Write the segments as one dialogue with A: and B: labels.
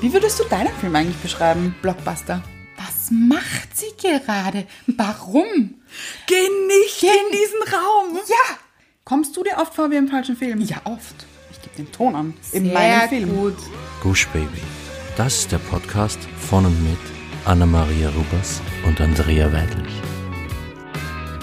A: Wie würdest du deinen Film eigentlich beschreiben? Blockbuster.
B: Was macht sie gerade? Warum?
A: Geh nicht in diesen Raum!
B: Ja!
A: Kommst du dir oft vor wie im falschen Film?
B: Ja, oft.
A: Ich gebe den Ton an. In meinem Film.
B: gut.
C: Gush Baby. Das ist der Podcast von und mit Anna-Maria Rubers und Andrea Weidlich.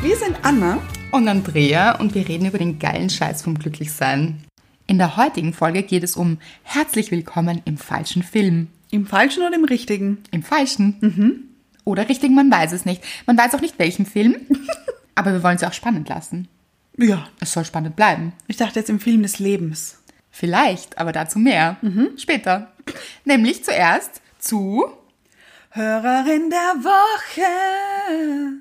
A: Wir sind Anna.
B: Und Andrea und wir reden über den geilen Scheiß vom Glücklichsein. In der heutigen Folge geht es um Herzlich Willkommen im falschen Film.
A: Im falschen oder im richtigen?
B: Im falschen.
A: Mhm.
B: Oder richtig, man weiß es nicht. Man weiß auch nicht, welchen Film. Aber wir wollen es ja auch spannend lassen.
A: Ja.
B: Es soll spannend bleiben.
A: Ich dachte jetzt im Film des Lebens.
B: Vielleicht, aber dazu mehr.
A: Mhm.
B: Später. Nämlich zuerst zu.
A: Hörerin der Woche.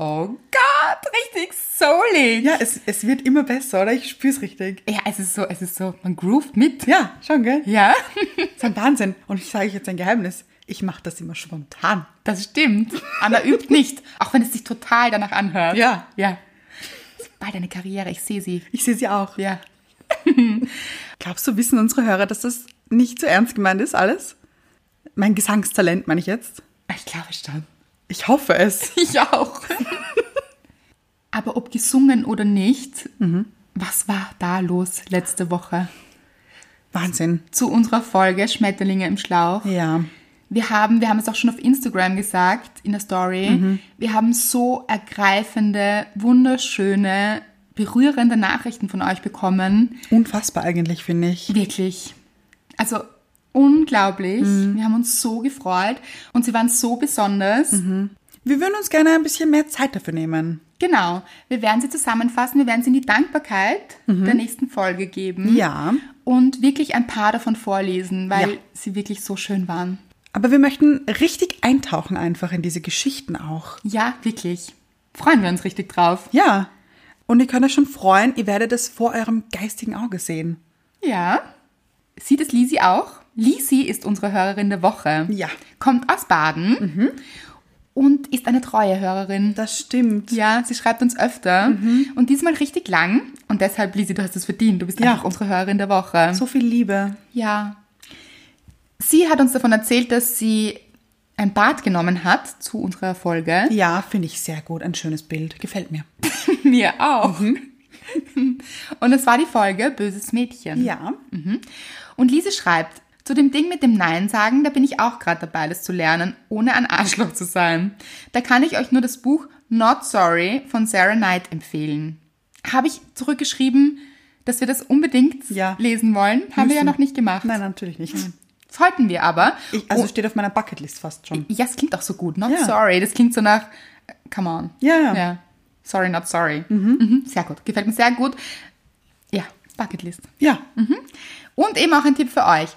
B: Oh Gott, richtig soulig.
A: Ja, es, es wird immer besser, oder? Ich spür's richtig.
B: Ja, es ist so, es ist so, man groovt mit.
A: Ja, schon, gell?
B: Ja,
A: ist ein Wahnsinn. Und ich sage euch jetzt ein Geheimnis. Ich mache das immer spontan.
B: das stimmt. Anna übt nicht, auch wenn es sich total danach anhört.
A: Ja.
B: Ja. Das ist bald eine Karriere, ich sehe sie.
A: Ich sehe sie auch.
B: Ja.
A: Glaubst du, wissen unsere Hörer, dass das nicht so ernst gemeint ist, alles? Mein Gesangstalent, meine ich jetzt?
B: Ich glaube schon.
A: Ich hoffe es.
B: Ich auch. Aber ob gesungen oder nicht, was war da los letzte Woche?
A: Wahnsinn.
B: Zu unserer Folge Schmetterlinge im Schlauch.
A: Ja.
B: Wir haben, wir haben es auch schon auf Instagram gesagt, in der Story, wir haben so ergreifende, wunderschöne, berührende Nachrichten von euch bekommen.
A: Unfassbar eigentlich, finde ich.
B: Wirklich. Also unglaublich.
A: Mhm.
B: Wir haben uns so gefreut und sie waren so besonders.
A: Mhm. Wir würden uns gerne ein bisschen mehr Zeit dafür nehmen.
B: Genau. Wir werden sie zusammenfassen. Wir werden sie in die Dankbarkeit der nächsten Folge geben.
A: Mhm. Ja.
B: Und wirklich ein paar davon vorlesen, weil
A: Ja.
B: sie wirklich so schön waren.
A: Aber wir möchten richtig eintauchen einfach in diese Geschichten auch.
B: Ja, wirklich. Freuen wir uns richtig drauf.
A: Ja. Und ihr könnt euch schon freuen, ihr werdet es vor eurem geistigen Auge sehen.
B: Ja. Sieht es Lisi auch? Lisi ist unsere Hörerin der Woche.
A: Ja. Mhm.
B: Kommt aus Baden und ist eine treue Hörerin.
A: Das stimmt.
B: Ja, sie schreibt uns öfter und diesmal richtig lang. Und deshalb, Lisi, du hast es verdient. Du bist
A: Mhm. Ja.
B: einfach unsere Hörerin der Woche.
A: So viel Liebe.
B: Ja. Sie hat uns davon erzählt, dass sie ein Bad genommen hat zu unserer Folge.
A: Ja, finde ich sehr gut. Ein schönes Bild. Gefällt mir.
B: Mir auch. Mhm. Und es war die Folge Böses Mädchen.
A: Ja.
B: Und Lise schreibt, zu dem Ding mit dem Nein sagen, da bin ich auch gerade dabei, das zu lernen, ohne ein Arschloch zu sein. Da kann ich euch nur das Buch Not Sorry von Sarah Knight empfehlen. Habe ich zurückgeschrieben, dass wir das unbedingt
A: Ja.
B: lesen wollen? Haben wir ja
A: Müssen.
B: noch nicht gemacht.
A: Nein, natürlich nicht.
B: Sollten wir aber. Oh,
A: Ich, also steht auf meiner Bucketlist fast schon.
B: Ja, es klingt auch so gut. Not
A: Ja.
B: sorry. Das klingt so nach, äh, come on.
A: Ja, ja.
B: Sorry, not sorry. Mhm, sehr gut. Gefällt mir sehr gut. Ja, Bucketlist.
A: Ja.
B: Und eben auch ein Tipp für euch.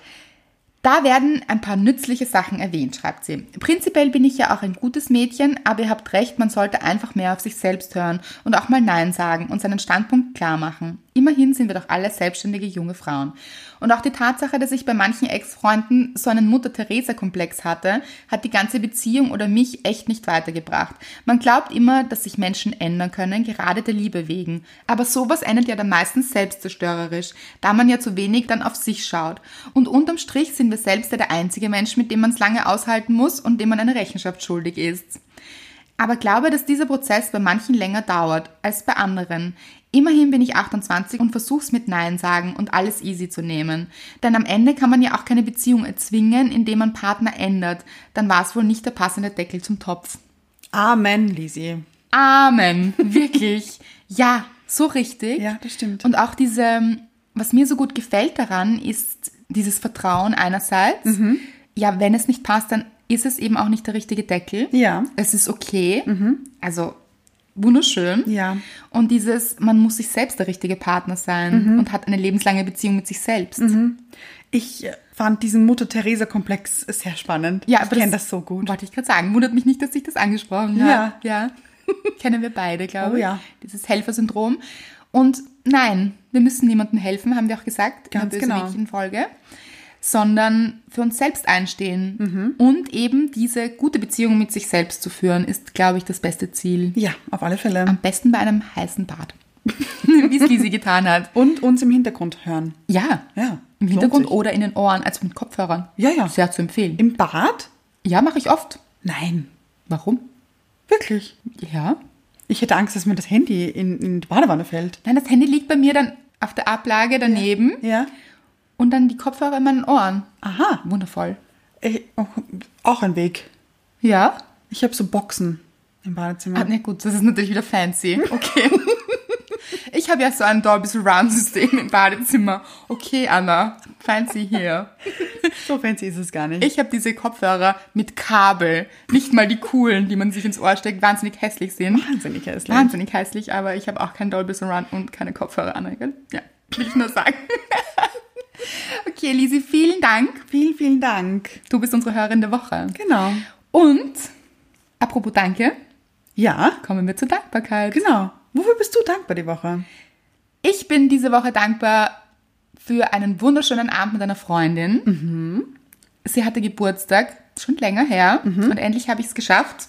B: Da werden ein paar nützliche Sachen erwähnt, schreibt sie. Prinzipiell bin ich ja auch ein gutes Mädchen, aber ihr habt recht, man sollte einfach mehr auf sich selbst hören und auch mal Nein sagen und seinen Standpunkt klar machen. Immerhin sind wir doch alle selbstständige junge Frauen. Und auch die Tatsache, dass ich bei manchen Ex-Freunden so einen Mutter-Theresa-Komplex hatte, hat die ganze Beziehung oder mich echt nicht weitergebracht. Man glaubt immer, dass sich Menschen ändern können, gerade der Liebe wegen. Aber sowas endet ja dann meistens selbstzerstörerisch, da man ja zu wenig dann auf sich schaut. Und unterm Strich sind wir selbst ja der einzige Mensch, mit dem man es lange aushalten muss und dem man eine Rechenschaft schuldig ist. Aber glaube, dass dieser Prozess bei manchen länger dauert als bei anderen. Immerhin bin ich 28 und versuch's mit Nein sagen und alles easy zu nehmen. Denn am Ende kann man ja auch keine Beziehung erzwingen, indem man Partner ändert. Dann war es wohl nicht der passende Deckel zum Topf.
A: Amen, Lisi.
B: Amen. Wirklich. ja, so richtig.
A: Ja, das stimmt.
B: Und auch diese, was mir so gut gefällt daran, ist dieses Vertrauen einerseits.
A: Mhm.
B: Ja, wenn es nicht passt, dann ist es eben auch nicht der richtige Deckel.
A: Ja. Mhm.
B: Es ist okay. Also wunderschön.
A: Ja.
B: Und dieses, man muss sich selbst der richtige Partner
A: Mhm.
B: sein und hat eine lebenslange Beziehung mit sich selbst.
A: Ich äh, fand diesen Mutter-Theresa-Komplex sehr spannend. ich kenne das so gut.
B: Wollte ich gerade sagen. Wundert mich nicht, dass ich das angesprochen habe. Ja. Kennen wir beide, glaube
A: Oh
B: ich.
A: ja.
B: Dieses Helfersyndrom. Und nein, wir müssen niemandem helfen, haben wir auch gesagt
A: Ganz
B: in der
A: genau.
B: Bösewichtchen-Folge. Sondern für uns selbst einstehen.
A: Mhm.
B: Und eben diese gute Beziehung mit sich selbst zu führen, ist, glaube ich, das beste Ziel.
A: Ähm. Ja, auf alle Fälle.
B: Am besten bei einem heißen Bad. wie es Lisi getan hat.
A: Und uns im Hintergrund hören.
B: Ja.
A: Ja,
B: Im
A: lohnt
B: Hintergrund
A: sich.
B: oder in den Ohren, also mit Kopfhörern.
A: Ja, ja.
B: Sehr zu empfehlen.
A: Im Bad?
B: ja, mache ich oft.
A: Nein.
B: Warum?
A: Wirklich?
B: Ja.
A: Ich hätte Angst, dass mir das Handy in, in die Badewanne fällt.
B: Nein, das Handy liegt bei mir dann auf der Ablage daneben
A: Ja.
B: und dann die Kopfhörer in meinen Ohren.
A: Aha.
B: Wundervoll.
A: Ich, auch, auch ein Weg.
B: Ja?
A: Ich habe so Boxen im Badezimmer.
B: Ah, na gut, das ist natürlich wieder fancy. Okay. ich habe ja so ein Dolby Surround System im Badezimmer. Okay, Anna. Fancy hier.
A: So fancy ist es gar nicht.
B: Ich habe diese Kopfhörer mit Kabel. Nicht mal die coolen, die man sich ins Ohr steckt, wahnsinnig hässlich sind.
A: Wahnsinnig hässlich.
B: Wahnsinnig hässlich, aber ich habe auch kein Dolby Surround und keine Kopfhörer an. gell? Ja, will ich nur sagen. okay, Lisi, vielen Dank.
A: Vielen, vielen Dank.
B: Du bist unsere Hörerin der Woche.
A: Genau.
B: Und, apropos Danke,
A: Ja,
B: kommen wir zur Dankbarkeit.
A: genau. Wofür bist du dankbar die Woche?
B: Ich bin diese Woche dankbar für einen wunderschönen Abend mit einer Freundin. Sie hatte Geburtstag, schon länger her. Und endlich habe ich es geschafft,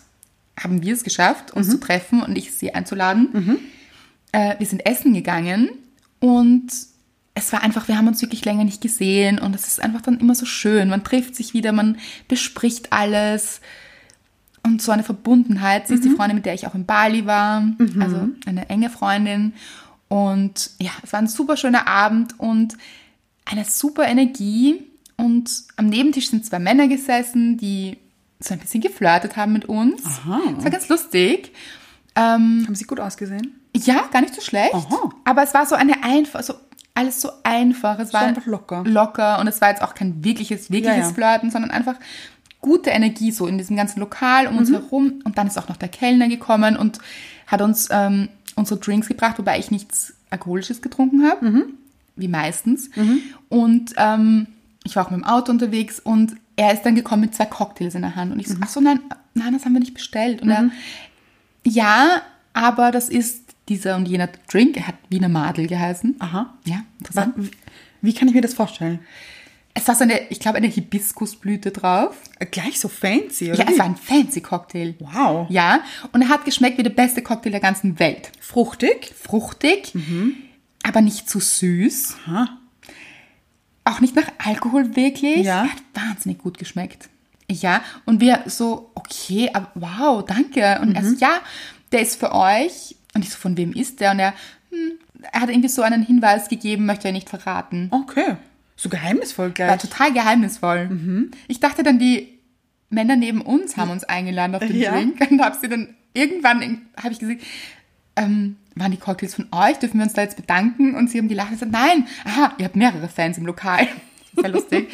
B: haben wir es geschafft, uns zu treffen und ich sie einzuladen. Äh, wir sind essen gegangen und es war einfach, wir haben uns wirklich länger nicht gesehen und es ist einfach dann immer so schön. Man trifft sich wieder, man bespricht alles und so eine Verbundenheit. Sie ist die Freundin, mit der ich auch in Bali war, also eine enge Freundin. Und ja, es war ein super schöner Abend und eine super Energie. Und am Nebentisch sind zwei Männer gesessen, die so ein bisschen geflirtet haben mit uns. Es war ganz lustig. Ähm,
A: Haben sie gut ausgesehen?
B: ja, gar nicht so schlecht.
A: Aha.
B: Aber es war so eine einfach, so alles so einfach. Es war
A: einfach locker.
B: Locker und es war jetzt auch kein wirkliches, wirkliches
A: Ja, ja.
B: Flirten, sondern einfach gute Energie so in diesem ganzen Lokal um uns
A: Mhm.
B: herum. Und dann ist auch noch der Kellner gekommen und hat uns ähm, unsere Drinks gebracht, wobei ich nichts Alkoholisches getrunken habe,
A: Mhm.
B: wie meistens. Und ähm, ich war auch mit dem Auto unterwegs und er ist dann gekommen mit zwei Cocktails in der Hand. Und
A: Mhm.
B: ich so, ach so, nein, nein, das haben wir nicht bestellt. Und er, ja, aber das ist dieser und jener Drink. Er hat Wiener Madel geheißen.
A: Aha.
B: Ja,
A: Wa-
B: interessant.
A: Wie, wie kann ich mir das vorstellen?
B: Es war so eine, ich glaube, eine Hibiskusblüte drauf.
A: Äh, Gleich so fancy, oder?
B: Ja, es
A: wie?
B: war ein fancy Cocktail.
A: Wow.
B: Ja, und er hat geschmeckt wie der beste Cocktail der ganzen Welt.
A: Fruchtig?
B: Fruchtig, aber nicht zu süß.
A: Mhm. Aha.
B: Auch nicht nach Alkohol wirklich.
A: Ja.
B: Er hat wahnsinnig gut geschmeckt. Ja, und wir so, okay, aber wow, danke.
A: Mhm.
B: Und er so, ja, der ist für euch. Und ich so, von wem ist der? Und er, hm, er hat irgendwie so einen Hinweis gegeben, möchte er nicht verraten.
A: Okay. So geheimnisvoll
B: War
A: gleich.
B: total geheimnisvoll. Ich dachte dann, die Männer neben uns haben uns eingeladen auf den
A: Ja.
B: Drink und habe sie dann irgendwann, habe ich gesagt, ähm, waren die Cocktails von euch? Dürfen wir uns da jetzt bedanken? Und sie haben gelacht und gesagt, nein, aha, ihr habt mehrere Fans im Lokal. Sehr lustig.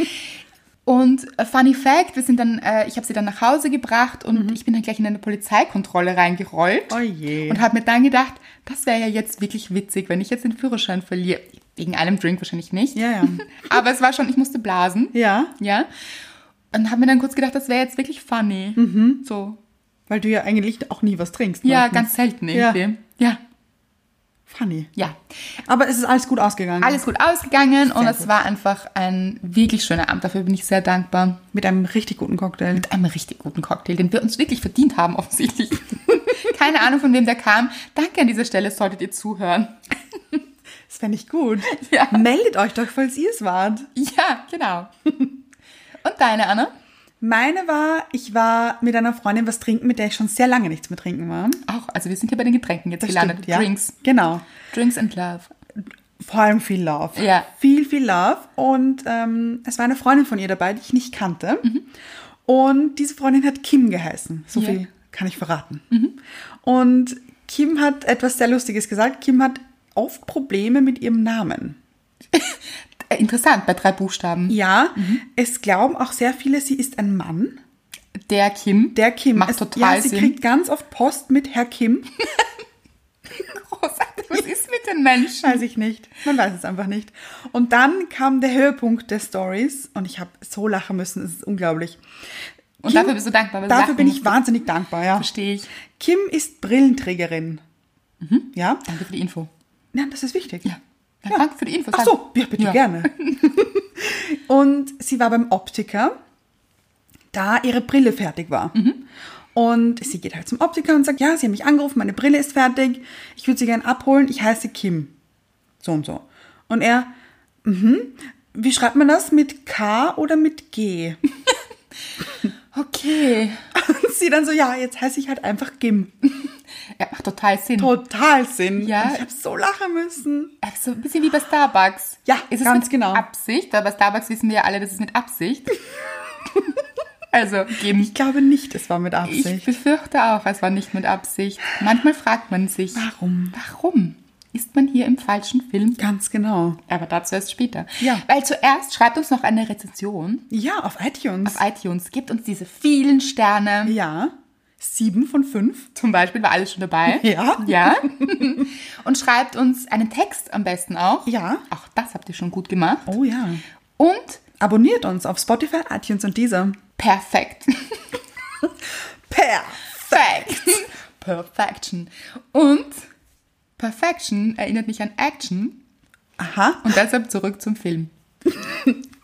B: Und äh, Funny Fact, wir sind dann, äh, ich habe sie dann nach Hause gebracht und ich bin dann gleich in eine Polizeikontrolle reingerollt
A: Oh je.
B: und habe mir dann gedacht, das wäre ja jetzt wirklich witzig, wenn ich jetzt den Führerschein verliere. Wegen einem Drink wahrscheinlich nicht.
A: Ja, ja.
B: Aber es war schon, ich musste blasen.
A: Ja,
B: Ja. Und habe mir dann kurz gedacht, das wäre jetzt wirklich funny.
A: Mhm.
B: So.
A: weil du ja eigentlich auch nie was trinkst. ne?
B: Ja,
A: Martin.
B: ganz selten
A: Ja.
B: irgendwie. Ja.
A: Funny.
B: Ja.
A: Aber es ist alles gut ausgegangen.
B: Alles gut ausgegangen und
A: Sehr
B: es
A: gut.
B: war einfach ein wirklich schöner Abend. Dafür bin ich sehr dankbar.
A: Mit einem richtig guten Cocktail.
B: Mit einem richtig guten Cocktail, den wir uns wirklich verdient haben, offensichtlich. Keine Ahnung, von wem der kam. Danke an dieser Stelle, solltet ihr zuhören.
A: Das fände ich gut.
B: Ja.
A: Meldet euch doch, falls ihr es wart.
B: Ja, genau. Und deine, Anna?
A: Meine war, ich war mit einer Freundin was trinken, mit der ich schon sehr lange nichts mehr trinken war.
B: Auch, also wir sind hier bei den Getränken jetzt gelandet.
A: stimmt, ja.
B: Drinks.
A: Genau.
B: Drinks and Love.
A: Vor allem viel Love.
B: Ja.
A: Viel, viel Love. Und ähm, es war eine Freundin von ihr dabei, die ich nicht kannte. Und diese Freundin hat Kim geheißen. So
B: Ja.
A: viel kann ich verraten. Und Kim hat etwas sehr Lustiges gesagt. Kim hat oft Probleme mit ihrem Namen.
B: Äh, Interessant, bei drei Buchstaben.
A: Ja, es glauben auch sehr viele, sie ist ein Mann.
B: Der Kim.
A: Der Kim.
B: Macht
A: es,
B: total
A: ja, sie
B: Sinn.
A: kriegt ganz oft Post mit Herr Kim.
B: Großartig. Was ist mit den Menschen?
A: Weiß ich nicht. Man weiß es einfach nicht. Und dann kam der Höhepunkt der Stories und ich habe so lachen müssen. Es ist unglaublich.
B: Und dafür bist du dankbar, weil du
A: Dafür
B: lachen
A: bin ich
B: musst.
A: wahnsinnig dankbar, ja.
B: Verstehe ich.
A: Kim ist Brillenträgerin. Ja?
B: Danke für die Info.
A: Nein, das ist wichtig.
B: Mhm. Ja. Ja, Danke für die Info.
A: Ach so, ja, bitte gerne. und sie war beim Optiker, da ihre Brille fertig war.
B: Mhm.
A: Und sie geht halt zum Optiker und sagt, ja, sie haben mich angerufen, meine Brille ist fertig, ich würde sie gerne abholen, ich heiße Kim. so und so. Und er, mhm, wie schreibt man das? Mit K oder mit G?
B: Okay.
A: Und sie dann so, ja, jetzt heiße ich halt einfach Gim.
B: Ja, macht total Sinn.
A: Total Sinn.
B: Ja.
A: Und Ich habe so lachen müssen.
B: so ein bisschen wie bei Starbucks.
A: Ja,
B: ist es
A: ganz
B: mit
A: genau.
B: Absicht, weil bei Starbucks wissen wir ja alle, das ist mit Absicht. also, geben.
A: Ich glaube nicht, es war mit
B: Ich
A: Absicht.
B: befürchte auch, es war nicht mit Absicht. Manchmal fragt man sich,
A: Warum?
B: warum ist man hier im falschen Film?
A: Ganz genau.
B: Aber dazu erst später.
A: Ja.
B: Weil zuerst schreibt uns noch eine Rezension
A: Ja, auf iTunes.
B: auf iTunes, gibt uns diese vielen Sterne.
A: ja. Sieben von fünf.
B: Zum Beispiel war alles schon dabei.
A: Ja.
B: Ja. Und schreibt uns einen Text am besten auch.
A: Ja.
B: Auch das habt ihr schon gut gemacht.
A: Oh ja.
B: Und
A: Abonniert uns auf Spotify, iTunes und dieser.
B: perfekt.
A: Per.
B: Perfekt. Perfection. Und Perfection erinnert mich an Action.
A: Aha.
B: Und deshalb zurück zum Film.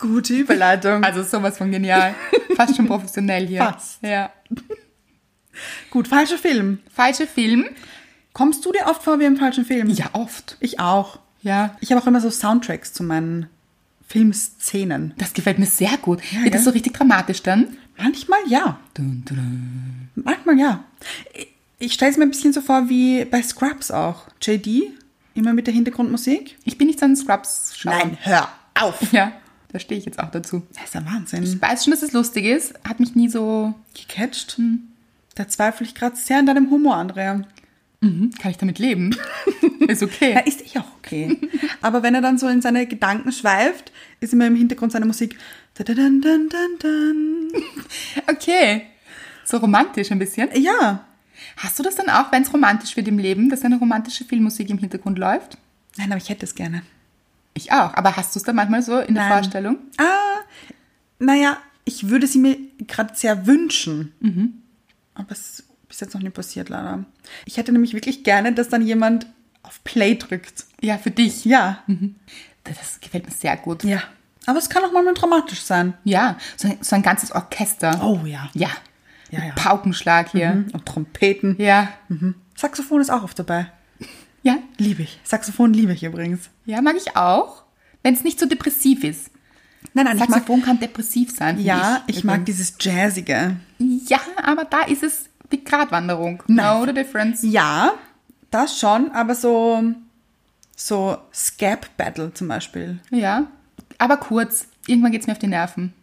A: Gute Überleitung.
B: Also sowas von genial. Fast schon professionell hier.
A: Fast.
B: Ja.
A: Gut, falscher Film.
B: Falscher Film.
A: Kommst du dir oft vor wie im falschen Film?
B: Ja, oft.
A: Ich auch.
B: Ja.
A: Ich habe auch immer so Soundtracks zu meinen Filmszenen.
B: Das gefällt mir sehr gut. Wird das
A: gell?
B: so richtig dramatisch dann?
A: Manchmal ja.
B: Dun, dun, dun.
A: Manchmal ja. Ich- Ich stelle es mir ein bisschen so vor wie bei Scrubs auch. JD, immer mit der Hintergrundmusik.
B: Ich bin nicht so ein Scrubs-Schauer.
A: hör auf.
B: Ja, da stehe ich jetzt auch dazu.
A: Das ist ein Wahnsinn.
B: Ich weiß schon, dass es lustig ist. Hat mich nie so...
A: Gecatcht. Da zweifle ich gerade sehr an deinem Humor, Andrea.
B: Hm, kann ich damit leben? ist
A: Ja,
B: okay.
A: ist eh auch okay. Aber wenn er dann so in seine Gedanken schweift, ist immer im Hintergrund seine Musik. Dadadun, dun, dun, dun.
B: Okay. So romantisch ein bisschen.
A: Ja.
B: Hast du das dann auch, wenn es romantisch wird im Leben, dass eine romantische Filmmusik im Hintergrund läuft?
A: Nein, aber ich hätte es gerne.
B: Ich auch. Aber hast du es dann manchmal so in der
A: Nein.
B: Vorstellung?
A: Ah, naja, ich würde sie mir gerade sehr wünschen. Aber es ist bis jetzt noch nie passiert, leider. Ich hätte nämlich wirklich gerne, dass dann jemand auf Play drückt. Mhm.
B: Ja, für dich.
A: Ja.
B: Das gefällt mir sehr gut.
A: Ja. Aber es kann auch manchmal dramatisch sein.
B: Ja, so ein, so ein ganzes Orchester.
A: Oh ja.
B: Ja.
A: Ja,
B: Mit
A: ja. Mhm.
B: Paukenschlag hier.
A: Und Trompeten.
B: Ja.
A: Saxophon ist auch oft dabei.
B: Ja.
A: Liebe ich. Saxophon liebe ich übrigens.
B: Ja, mag ich auch. Wenn es nicht so depressiv ist.
A: Nein, nein, ich mag.
B: Saxophon kann depressiv sein. finde
A: Ja, ich, mag
B: übrigens.
A: dieses Jazzige.
B: Ja, aber da ist es die Gratwanderung.
A: Nein.
B: No the difference.
A: Ja, das schon, aber so. So Scap Battle zum Beispiel.
B: Ja. Aber kurz. Irgendwann geht's mir auf die Nerven.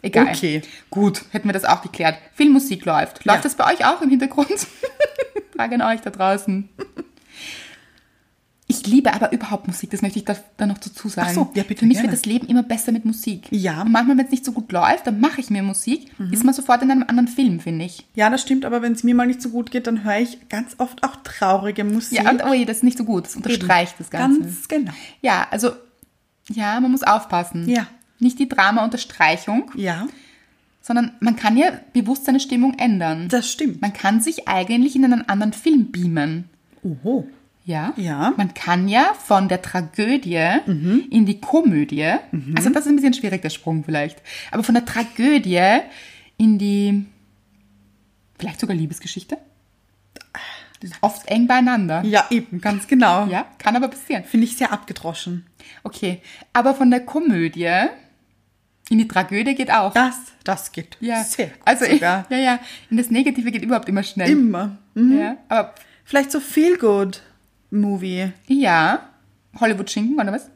B: Egal.
A: Okay.
B: Gut, hätten wir das auch geklärt. Viel Musik läuft. Läuft
A: Ja.
B: das bei euch auch im Hintergrund? Frage an euch da draußen. Ich liebe aber überhaupt Musik, das möchte ich da, da noch dazu sagen.
A: Ach so, ja, bitte,
B: Für mich
A: gerne.
B: wird das Leben immer besser mit Musik.
A: Ja. Mhm.
B: Und manchmal, wenn es nicht so gut läuft, dann mache ich mir Musik, ist man sofort in einem anderen Film, finde ich.
A: Ja, das stimmt, aber wenn es mir mal nicht so gut geht, dann höre ich ganz oft auch traurige Musik.
B: Ja, und oh je, das ist nicht so gut, das unterstreicht das Ganze.
A: Ganz genau.
B: Ja, also, ja, man muss aufpassen.
A: Ja.
B: Nicht die Drama-Unterstreichung,
A: Ja,
B: sondern man kann ja bewusst seine Stimmung ändern.
A: das stimmt.
B: Man kann sich eigentlich in einen anderen Film beamen.
A: Oho.
B: Ja?
A: Ja. Mhm.
B: Man kann ja von der Tragödie in die Komödie, also das ist ein bisschen schwierig, der Sprung vielleicht, aber von der Tragödie in die, vielleicht sogar Liebesgeschichte? Das ist oft eng beieinander.
A: Ja, eben, ganz genau.
B: ja kann aber passieren.
A: Finde ich sehr abgedroschen.
B: Okay, aber von der Komödie in die Tragödie geht auch.
A: Das, das geht sehr gut
B: also
A: sogar.
B: ja, ja, in das Negative geht überhaupt immer schnell.
A: Immer. Hm.
B: Ja, aber
A: Vielleicht so Feel-Good-Movie.
B: ja, Hollywood Schinken oder was?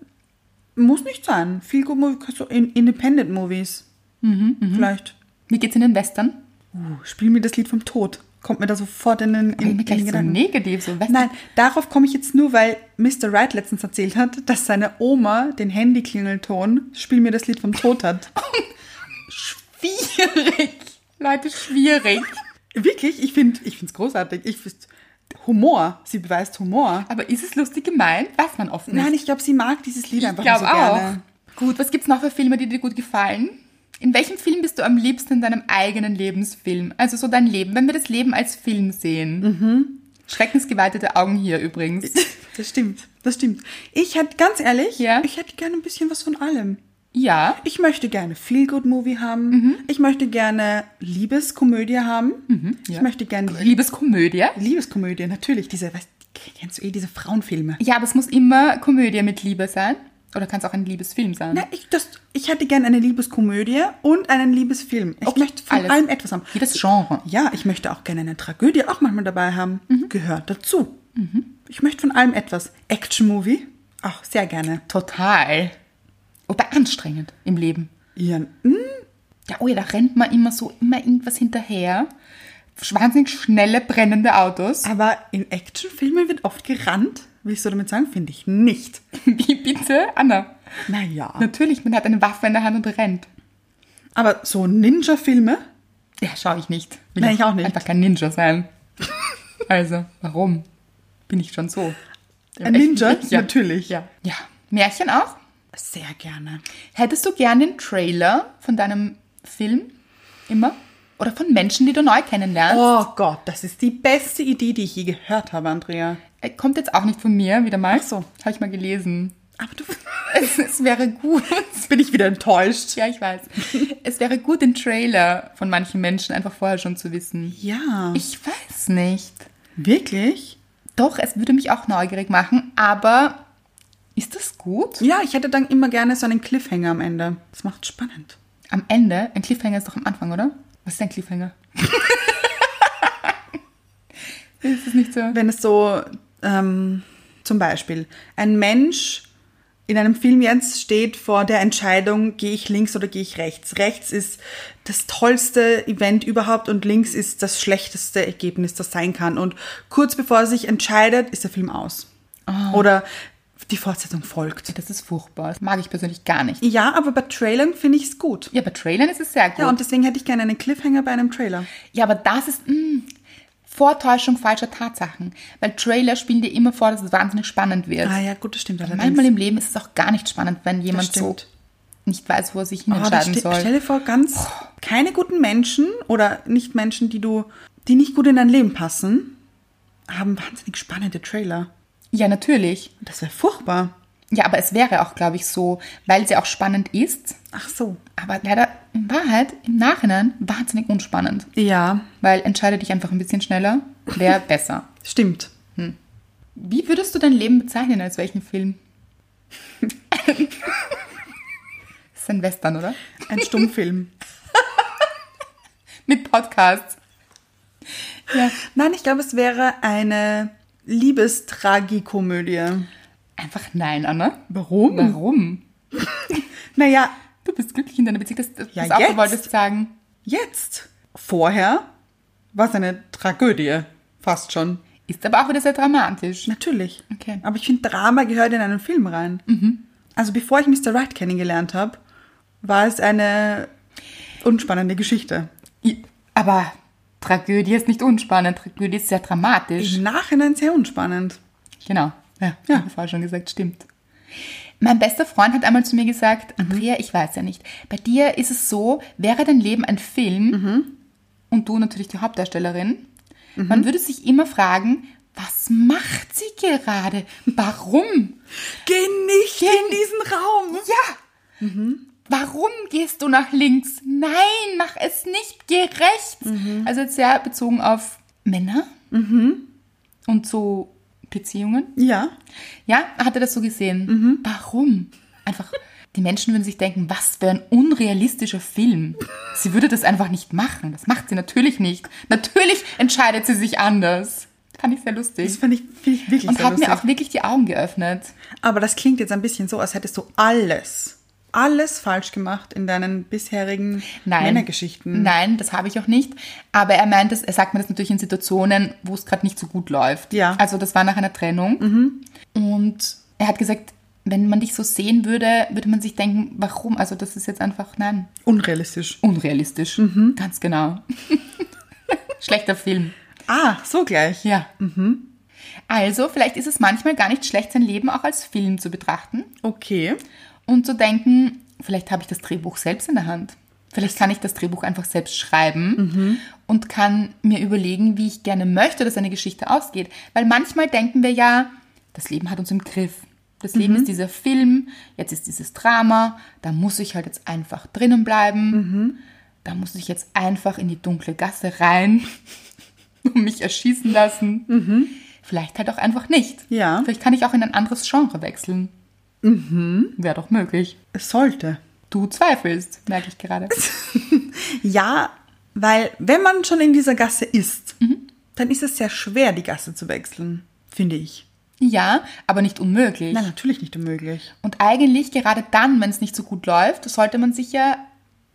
A: Muss nicht sein. Feel-Good-Movie, so in Independent-Movies.
B: Mhm,
A: Vielleicht.
B: Wie geht's in den Western?
A: Uh, spiel mir das Lied vom Tod. Kommt mir da sofort in den, in,
B: Bin mir
A: in den
B: gleich so
A: Gedanken.
B: negativ, so Western.
A: Nein, darauf komme ich jetzt nur, weil Mr. Wright letztens erzählt hat, dass seine Oma den Handyklingelton Spiel mir das Lied vom Tod hat.
B: Schwierig. Leute, schwierig.
A: Wirklich, ich finde ich find's großartig. Ich find, Humor, sie beweist Humor.
B: Aber ist es lustig gemeint? Weiß man oft nicht.
A: Nein, ich glaube, sie mag dieses Lied einfach
B: glaub
A: so gerne.
B: Gut, was gibt's noch für Filme, die dir gut gefallen? In welchem Film bist du am liebsten in deinem eigenen Lebensfilm? Also so dein Leben, wenn wir das Leben als Film sehen.
A: Mhm.
B: Schreckensgeweitete Augen hier übrigens.
A: Das stimmt, das stimmt. Ich hätte, ganz ehrlich,
B: Ja.
A: ich hätte gerne ein bisschen was von allem.
B: Ja,
A: Ich möchte gerne Feel-Good-Movie haben. Ich möchte gerne Liebeskomödie haben. Ich möchte gerne
B: Liebeskomödie.
A: Liebeskomödie, natürlich, diese weißt, Kennst du eh diese Frauenfilme?
B: Ja, aber es muss immer Komödie mit Liebe sein. Oder kann es auch ein Liebesfilm sein?
A: Na, ich, das, ich hätte gern eine Liebeskomödie und einen Liebesfilm. Ich
B: Okay,
A: möchte von
B: alles.
A: allem etwas haben.
B: Jedes Genre.
A: Ja, ich möchte auch gerne eine Tragödie auch manchmal dabei haben. Gehört dazu. Ich möchte von allem etwas. Action-Movie? Auch sehr gerne.
B: Total. Oder anstrengend im Leben.
A: Ja, hm,
B: Ja, oh ja, da rennt man immer so, immer irgendwas hinterher. Wahnsinnig schnelle, brennende Autos.
A: aber in Actionfilmen wird oft gerannt. Willst du damit sagen? Finde ich nicht.
B: Wie bitte? Anna.
A: Naja.
B: Natürlich, man hat eine Waffe in der Hand und rennt.
A: Aber so Ninja-Filme?
B: Ja, schaue ich nicht. Will
A: Nein, ich auch nicht.
B: Einfach kein Ninja sein. also, warum? Bin ich schon so.
A: Ein
B: Echt?
A: Ninja?
B: Ja.
A: Natürlich.
B: Ja. Ja. Märchen auch?
A: Sehr gerne.
B: Hättest du gern den Trailer von deinem Film immer? Oder von Menschen, die du neu kennenlernst?
A: Oh Gott, das ist die beste Idee, die ich je gehört habe, Andrea.
B: Äh, Kommt jetzt auch nicht von mir, wieder mal. Ach
A: so.
B: Habe ich mal gelesen.
A: Aber du
B: Es, es wäre gut.
A: bin ich wieder enttäuscht.
B: ja, ich weiß. Es wäre gut, den Trailer von manchen Menschen einfach vorher schon zu wissen.
A: Ja.
B: Ich weiß nicht.
A: Wirklich?
B: Doch, es würde mich auch neugierig machen, aber ist das gut?
A: Ja, ich hätte dann immer gerne so einen Cliffhanger am Ende. Das macht spannend.
B: Am Ende, ein Cliffhanger ist doch am Anfang, oder? Was ist ein Cliffhanger? ist es nicht so?
A: Wenn es so, ähm, zum Beispiel, ein Mensch in einem Film jetzt steht vor der Entscheidung, gehe ich links oder gehe ich rechts. Rechts ist das tollste Event überhaupt und links ist das schlechteste Ergebnis, das sein kann. Und kurz bevor er sich entscheidet, ist der Film aus. Oder die Fortsetzung folgt.
B: Das ist furchtbar. Das mag ich persönlich gar nicht.
A: Ja, aber bei Trailern finde ich es gut.
B: Ja, bei Trailern ist es sehr gut.
A: Ja, und deswegen hätte ich gerne einen Cliffhanger bei einem Trailer.
B: Ja, aber das ist mh, Vortäuschung falscher Tatsachen. Weil Trailer spielen dir immer vor, dass es wahnsinnig spannend wird.
A: Ah ja, gut, das stimmt. allerdings.
B: Manchmal im Leben ist es auch gar nicht spannend, wenn jemand so
A: stimmt.
B: nicht weiß, wo er sich
A: Ah, das
B: hinentscheiden
A: ste- Stell
B: soll.
A: dir vor, ganz keine guten Menschen oder nicht Menschen, die du, die nicht gut in dein Leben passen, haben wahnsinnig spannende Trailer.
B: Ja, natürlich.
A: Und das wäre furchtbar.
B: Ja, aber es wäre auch, glaube ich, so, weil es ja auch spannend ist,
A: Ach so.
B: aber leider in Wahrheit im Nachhinein wahnsinnig unspannend.
A: Ja,
B: Weil entscheide dich einfach ein bisschen schneller, wäre besser.
A: stimmt.
B: Wie würdest du dein Leben bezeichnen als welchen Film? das ist ein Western, oder?
A: Ein Stummfilm.
B: Mit Podcasts. Ja.
A: Nein, ich glaube, es wäre eine Liebestragikomödie.
B: Einfach nein, Anna.
A: Warum?
B: Warum?
A: Naja,
B: Du bist glücklich in deiner Beziehung. Das, das
A: Ja,
B: was auch, du
A: jetzt.
B: wolltest sagen.
A: jetzt. Vorher war es eine Tragödie. Fast schon.
B: Ist aber auch wieder sehr dramatisch.
A: Natürlich.
B: Okay. Mhm.
A: Aber ich finde, Drama gehört in einen Film rein. Also bevor ich Mr. Right kennengelernt habe, war es eine unspannende Geschichte.
B: I- Aber Tragödie ist nicht unspannend. Tragödie ist sehr dramatisch.
A: Im Nachhinein sehr unspannend.
B: Genau. Ja, ja. habe ich vorher schon gesagt, stimmt. Mein bester Freund hat einmal zu mir gesagt, Andrea, ich weiß ja nicht, bei dir ist es so, wäre dein Leben ein Film und du natürlich die Hauptdarstellerin, man würde sich immer fragen, was macht sie gerade? Warum?
A: Geh nicht in diesen Raum.
B: Ja! Warum gehst du nach links? Nein, mach es nicht, geh rechts.
A: Mhm.
B: Also jetzt sehr bezogen auf Männer und so Beziehungen.
A: Ja.
B: Ja, hat er das so gesehen?
A: Mhm.
B: Warum? Einfach, die Menschen würden sich denken, was für ein unrealistischer Film. Sie würde das einfach nicht machen. Das macht sie natürlich nicht. Natürlich entscheidet sie sich anders. Fand ich sehr
A: Das
B: lustig.
A: fand ich, find ich wirklich
B: Und
A: sehr
B: hat
A: lustig.
B: mir auch wirklich die Augen geöffnet.
A: Aber das klingt jetzt ein bisschen so, als hättest du alles, alles falsch gemacht in deinen bisherigen
B: Nein.
A: Männergeschichten.
B: Nein, das habe ich auch nicht. Aber er meint es, er sagt mir das natürlich in Situationen, wo es gerade nicht so gut läuft.
A: Ja. Mhm.
B: Also das war nach einer Trennung. Und er hat gesagt, wenn man dich so sehen würde, würde man sich denken, warum? Also das ist jetzt einfach, nein,
A: Unrealistisch.
B: Unrealistisch.
A: Mhm.
B: Ganz genau. Schlechter Film.
A: Ah, so gleich.
B: Ja.
A: Mhm.
B: Also, vielleicht ist es manchmal gar nicht schlecht, sein Leben auch als Film zu betrachten
A: Okay.
B: und zu denken, vielleicht habe ich das Drehbuch selbst in der Hand. Vielleicht kann ich das Drehbuch einfach selbst schreiben und kann mir überlegen, wie ich gerne möchte, dass eine Geschichte ausgeht. Weil manchmal denken wir ja, das Leben hat uns im Griff. Das Leben ist dieser Film, jetzt ist dieses Drama, da muss ich halt jetzt einfach drinnen bleiben. Da muss ich jetzt einfach in die dunkle Gasse rein und mich erschießen lassen. Vielleicht halt auch einfach nicht.
A: Ja.
B: Vielleicht kann ich auch in ein anderes Genre wechseln. Mhm. Wäre doch möglich.
A: Es sollte.
B: Du zweifelst, merke ich gerade.
A: Ja, weil wenn man schon in dieser Gasse ist, dann ist es sehr schwer, die Gasse zu wechseln, finde ich.
B: ja, aber nicht unmöglich.
A: Nein, natürlich nicht unmöglich.
B: Und eigentlich gerade dann, wenn es nicht so gut läuft, sollte man sich ja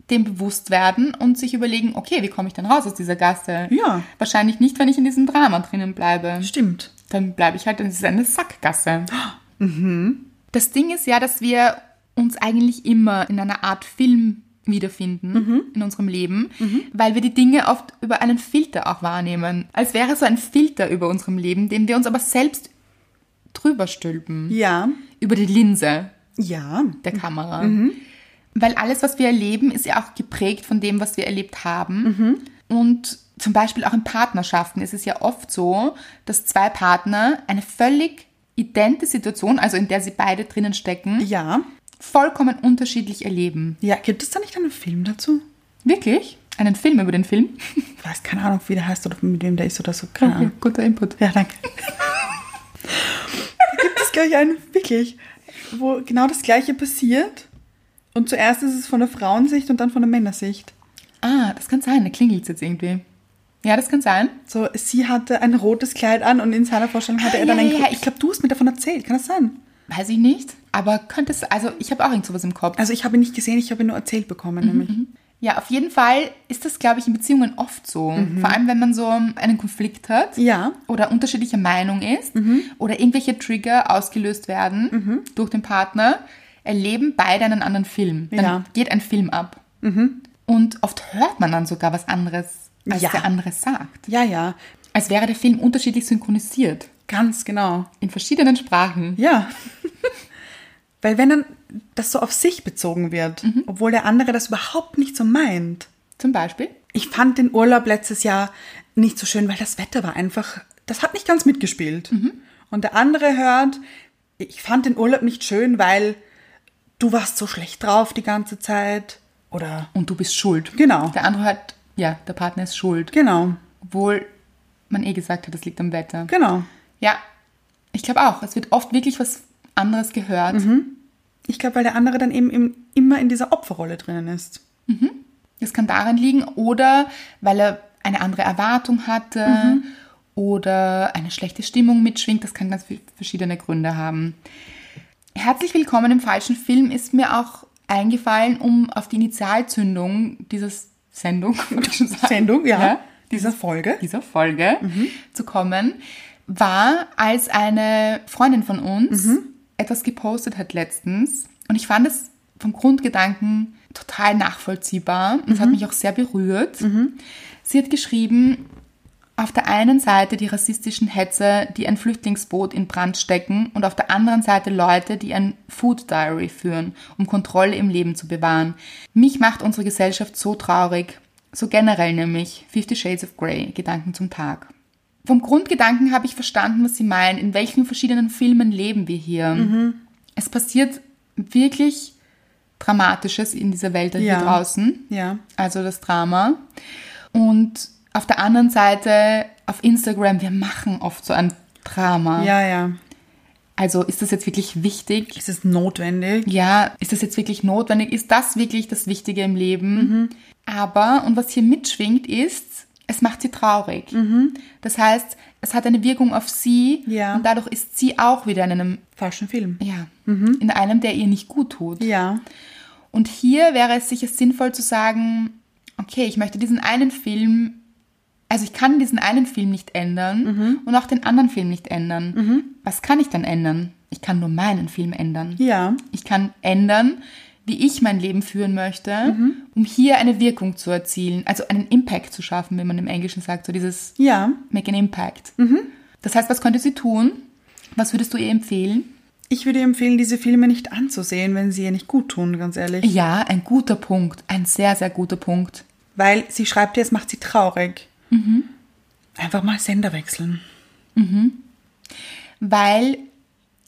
B: dem bewusst werden und sich überlegen, okay, wie komme ich denn raus aus dieser Gasse?
A: Ja.
B: Wahrscheinlich nicht, wenn ich in diesem Drama drinnen bleibe.
A: Stimmt.
B: Dann bleibe ich halt, dann ist es eine Sackgasse. Das Ding ist ja, dass wir uns eigentlich immer in einer Art Film wiederfinden in unserem Leben, weil wir die Dinge oft über einen Filter auch wahrnehmen. Als wäre so ein Filter über unserem Leben, den wir uns aber selbst drüber stülpen.
A: Ja,
B: Über die Linse
A: ja,
B: der Kamera. Weil alles, was wir erleben, ist ja auch geprägt von dem, was wir erlebt haben. Und zum Beispiel auch in Partnerschaften ist es ja oft so, dass zwei Partner eine völlig idente Situation, also in der sie beide drinnen stecken,
A: ja.
B: vollkommen unterschiedlich erleben.
A: Ja, gibt es da nicht einen Film dazu?
B: Wirklich? Einen Film über den Film?
A: Ich weiß keine Ahnung, wie der heißt oder mit wem der ist oder so. Keine Ahnung.
B: Guter Input.
A: Ja, danke. da gibt es, glaube ich, einen, wirklich, wo genau das Gleiche passiert. Und zuerst ist es von der Frauensicht und dann von der Männersicht.
B: Ah, das kann sein. Da klingelt es jetzt irgendwie. Ja, das kann sein.
A: So, sie hatte ein rotes Kleid an und in seiner Vorstellung hatte
B: Ah,
A: er dann
B: ja,
A: ein
B: ja,
A: grünes.
B: ich-
A: Ich glaube, du hast mir davon erzählt. Kann das sein?
B: Weiß ich nicht. Aber könnte es, also ich habe auch irgend sowas im Kopf.
A: Also ich habe ihn nicht gesehen, ich habe ihn nur erzählt bekommen,
B: Mhm,
A: nämlich.
B: Ja, auf jeden Fall ist das, glaube ich, in Beziehungen oft so. Vor allem, wenn man so einen Konflikt hat
A: Mhm. Ja. Mhm.
B: oder unterschiedlicher Meinung ist oder irgendwelche Trigger ausgelöst werden durch den Partner, erleben beide einen anderen Film. Dann
A: Ja. Mhm.
B: geht ein Film ab. Und oft hört man dann sogar was anderes, als
A: Ja.
B: der andere sagt.
A: Ja, ja.
B: Als wäre der Film unterschiedlich synchronisiert
A: Ganz genau.
B: in verschiedenen Sprachen.
A: Ja. Weil wenn dann das so auf sich bezogen wird,
B: Mhm.
A: obwohl der andere das überhaupt nicht so meint.
B: Zum Beispiel.
A: Ich fand den Urlaub letztes Jahr nicht so schön, weil das Wetter war einfach, das hat nicht ganz mitgespielt.
B: Mhm.
A: Und der andere hört, ich fand den Urlaub nicht schön, weil du warst so schlecht drauf die ganze Zeit. Oder
B: Und du bist schuld.
A: Genau.
B: Der andere hat, ja, der Partner ist schuld.
A: genau,
B: Obwohl man eh gesagt hat, das liegt am Wetter.
A: genau.
B: Ja, ich glaube auch. Es wird oft wirklich was anderes gehört.
A: Mhm. Ich glaube, weil der andere dann eben im, immer in dieser Opferrolle drinnen ist.
B: Das kann daran liegen oder weil er eine andere Erwartung hatte
A: Mhm.
B: oder eine schlechte Stimmung mitschwingt. Das kann ganz viel- verschiedene Gründe haben. Herzlich willkommen im falschen Film ist mir auch eingefallen, um auf die Initialzündung dieses Sendung, wollte ich schon sagen.
A: Sendung, ja, dieser Folge.
B: dieser Folge zu kommen, war, als eine Freundin von uns etwas gepostet hat letztens. Und ich fand es vom Grundgedanken total nachvollziehbar. Und es hat mich auch sehr berührt. Sie hat geschrieben, auf der einen Seite die rassistischen Hetzer, die ein Flüchtlingsboot in Brand stecken und auf der anderen Seite Leute, die ein Food Diary führen, um Kontrolle im Leben zu bewahren. Mich macht unsere Gesellschaft so traurig. So generell nämlich Fifty Shades of Grey, Gedanken zum Tag. Vom Grundgedanken habe ich verstanden, was sie meinen, in welchen verschiedenen Filmen leben wir hier. Es passiert wirklich Dramatisches in dieser Welt da
A: Ja.
B: hier draußen
A: Ja,
B: also das Drama. Und auf der anderen Seite auf Instagram, wir machen oft so ein Drama.
A: ja, ja.
B: Also ist das jetzt wirklich wichtig?
A: Es ist notwendig.
B: Ja, ist das jetzt wirklich notwendig? Ist das wirklich das Wichtige im Leben?
A: Mhm.
B: Aber, und was hier mitschwingt, ist, es macht sie traurig. Das heißt, es hat eine Wirkung auf sie
A: Mhm. Ja.
B: und dadurch ist sie auch wieder in einem,
A: Falschen Film.
B: ja,
A: Mhm.
B: in einem, der ihr nicht gut tut.
A: Ja,
B: Und hier wäre es sicher sinnvoll zu sagen, okay, ich möchte diesen einen Film, also ich kann diesen einen Film nicht ändern und auch den anderen Film nicht ändern. Was kann ich dann ändern? Ich kann nur meinen Film ändern.
A: ja,
B: Ich kann ändern, wie ich mein Leben führen möchte, um hier eine Wirkung zu erzielen, also einen Impact zu schaffen, wie man im Englischen sagt, so dieses
A: ja.
B: Make an Impact. Das heißt, was könnte sie tun? Was würdest du ihr empfehlen?
A: Ich würde ihr empfehlen, diese Filme nicht anzusehen, wenn sie ihr nicht gut tun, ganz ehrlich.
B: Ja, ein guter Punkt, ein sehr, sehr guter Punkt.
A: Weil sie schreibt dir, es macht sie traurig. Einfach mal Sender wechseln.
B: weil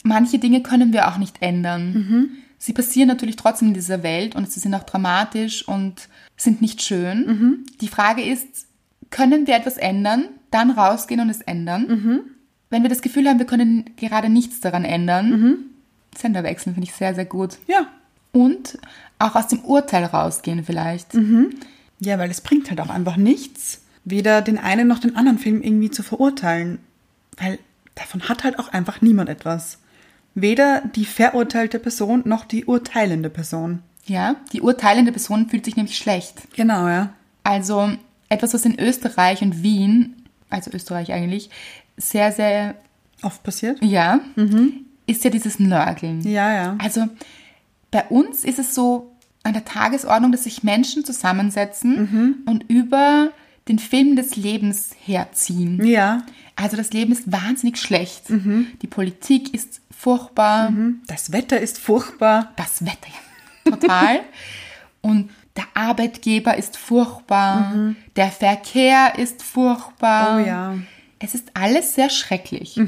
B: manche Dinge können wir auch nicht ändern. Sie passieren natürlich trotzdem in dieser Welt und sie sind auch dramatisch und sind nicht schön. Die Frage ist, können wir etwas ändern, dann rausgehen und es ändern? wenn wir das Gefühl haben, wir können gerade nichts daran ändern, Sender wechseln finde ich sehr, sehr gut.
A: Ja.
B: Und auch aus dem Urteil rausgehen vielleicht.
A: Ja, weil es bringt halt auch einfach nichts, weder den einen noch den anderen Film irgendwie zu verurteilen. Weil davon hat halt auch einfach niemand etwas. Weder die verurteilte Person noch die urteilende Person.
B: Ja, die urteilende Person fühlt sich nämlich schlecht.
A: Genau, ja.
B: Also etwas, was in Österreich und Wien, also Österreich eigentlich, sehr, sehr,
A: Oft passiert?
B: ja, ist ja dieses Nörgeln.
A: Ja, ja.
B: Also bei uns ist es so an der Tagesordnung, dass sich Menschen zusammensetzen und über den Film des Lebens herziehen.
A: Ja.
B: Also das Leben ist wahnsinnig schlecht. Die Politik ist furchtbar.
A: Das Wetter ist furchtbar.
B: das Wetter ja, total. Und der Arbeitgeber ist furchtbar, der Verkehr ist furchtbar.
A: Mhm. Oh ja. Mhm.
B: Es ist alles sehr schrecklich.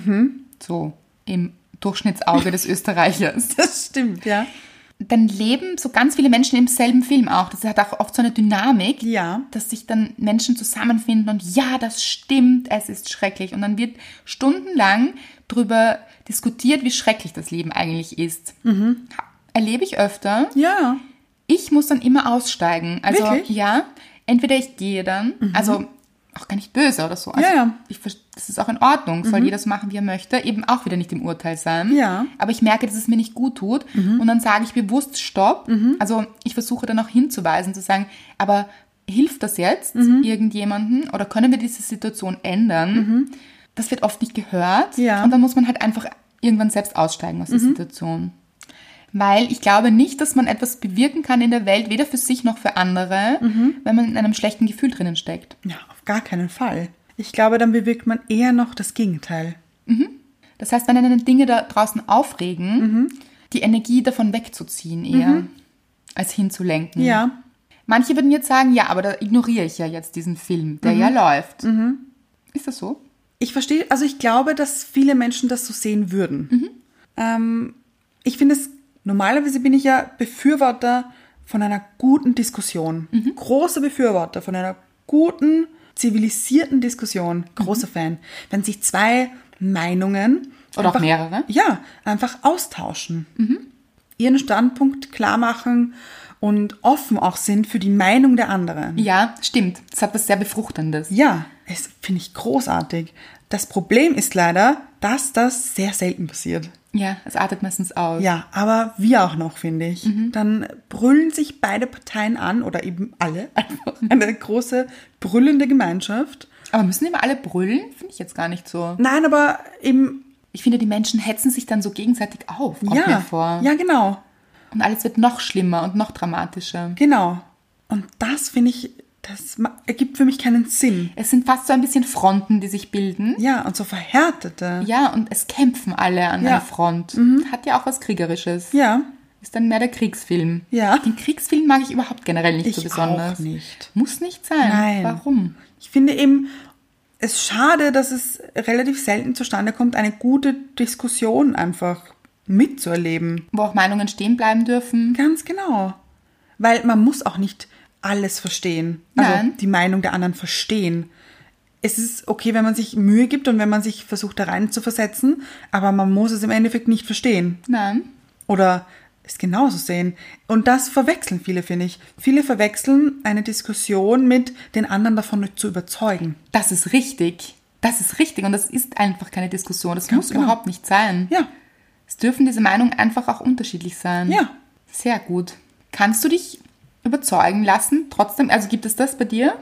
B: So im Durchschnittsauge des Österreichers.
A: Das stimmt, ja.
B: Dann leben so ganz viele Menschen im selben Film auch. Das hat auch oft so eine Dynamik,
A: Ja.
B: dass sich dann Menschen zusammenfinden und ja, das stimmt, es ist schrecklich. Und dann wird stundenlang drüber diskutiert, wie schrecklich das Leben eigentlich ist.
A: Mhm.
B: Erlebe ich öfter.
A: Ja.
B: Ich muss dann immer aussteigen. Also
A: Wirklich? Mhm.
B: ja, entweder ich gehe dann, also auch gar nicht böse oder so. Also,
A: Ja, ja.
B: Ich, ver- das ist auch in Ordnung, soll jeder so machen, wie er möchte, eben auch wieder nicht im Urteil sein.
A: Ja. Mhm.
B: Aber ich merke, dass es mir nicht gut tut und dann sage ich bewusst Stopp. Also ich versuche dann auch hinzuweisen, zu sagen, aber hilft das jetzt
A: Mhm.
B: irgendjemandem oder können wir diese Situation ändern? Das wird oft nicht gehört
A: Ja. Mhm.
B: und dann muss man halt einfach irgendwann selbst aussteigen aus der Situation. Weil ich glaube nicht, dass man etwas bewirken kann in der Welt, weder für sich noch für andere,
A: Mhm.
B: wenn man in einem schlechten Gefühl drinnen steckt.
A: Ja, auf gar keinen Fall. Ich glaube, dann bewirkt man eher noch das Gegenteil.
B: Das heißt, wenn einen Dinge da draußen aufregen,
A: Mhm.
B: die Energie davon wegzuziehen eher, als hinzulenken.
A: Ja.
B: Manche würden jetzt sagen, ja, aber da ignoriere ich ja jetzt diesen Film,
A: Mhm.
B: der ja läuft. Ist das so?
A: Ich verstehe, also ich glaube, dass viele Menschen das so sehen würden.
B: Mhm.
A: Ähm, ich finde es, normalerweise bin ich ja Befürworter von einer guten Diskussion.
B: Mhm.
A: Großer Befürworter von einer guten, zivilisierten
B: Mhm.
A: Diskussion. Großer Fan. Wenn sich zwei Meinungen
B: Oder auch mehrere. Mhm.
A: Ja, einfach austauschen. Ihren Standpunkt klar machen und offen auch sind für die Meinung der anderen.
B: Ja, stimmt. Das hat was sehr Befruchtendes.
A: Ja, es finde ich großartig. Das Problem ist leider, dass das sehr selten passiert.
B: Ja, es artet meistens aus.
A: Ja, aber wir auch noch, finde ich.
B: Mhm.
A: Dann brüllen sich beide Parteien an oder eben alle, einfach eine große brüllende Gemeinschaft.
B: Aber müssen immer alle brüllen? Finde ich jetzt gar nicht so.
A: Nein, aber eben,
B: Ich finde, die Menschen hetzen sich dann so gegenseitig auf, kommt mir
A: ja,
B: vor.
A: ja, genau,
B: Und alles wird noch schlimmer und noch dramatischer.
A: genau. Und das finde ich, das ma- ergibt für mich keinen Sinn.
B: Es sind fast so ein bisschen Fronten, die sich bilden.
A: Ja, und so verhärtete.
B: Ja, und es kämpfen alle an
A: Ja. Mhm.
B: einer Front. Hat ja auch was Kriegerisches.
A: Ja,
B: Ist dann mehr der Kriegsfilm.
A: Ja.
B: Den Kriegsfilm mag ich überhaupt generell nicht
A: ich
B: so besonders.
A: auch nicht.
B: Muss nicht sein.
A: Nein.
B: Warum?
A: Ich finde eben es schade, dass es relativ selten zustande kommt, eine gute Diskussion einfach mitzuerleben.
B: Wo auch Meinungen stehen bleiben dürfen.
A: Ganz genau. Weil man muss auch nicht alles verstehen. Also
B: Nein.
A: die Meinung der anderen verstehen. Es ist okay, wenn man sich Mühe gibt und wenn man sich versucht, da rein zu versetzen, aber man muss es im Endeffekt nicht verstehen.
B: Nein.
A: Oder es genauso sehen. Und das verwechseln viele, finde ich. Viele verwechseln eine Diskussion mit den anderen davon zu überzeugen.
B: Das ist richtig. Das ist richtig und das ist einfach keine Diskussion. Das muss
A: genau.
B: überhaupt nicht sein.
A: Ja,
B: Es dürfen diese Meinungen einfach auch unterschiedlich sein.
A: Ja.
B: Sehr gut. Kannst du dich überzeugen lassen? Trotzdem, also gibt es das bei dir,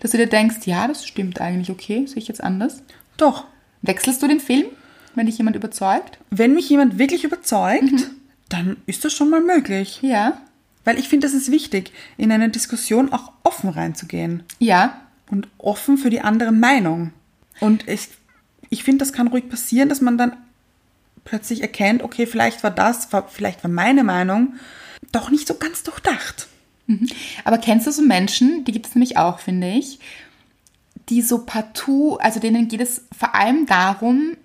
B: dass du dir denkst, ja, das stimmt eigentlich, okay, sehe ich jetzt anders?
A: doch.
B: Wechselst du den Film, wenn dich jemand überzeugt?
A: wenn mich jemand wirklich überzeugt, dann ist das schon mal möglich.
B: Ja.
A: Weil ich finde, das ist wichtig, in eine Diskussion auch offen reinzugehen
B: Ja.
A: und offen für die andere Meinung. Und ich, ich finde, das kann ruhig passieren, dass man dann plötzlich erkennt, okay, vielleicht war das, war- vielleicht war meine Meinung doch nicht so ganz durchdacht.
B: Aber kennst du so Menschen, die gibt es nämlich auch, finde ich, die so partout, also denen geht es vor allem darum,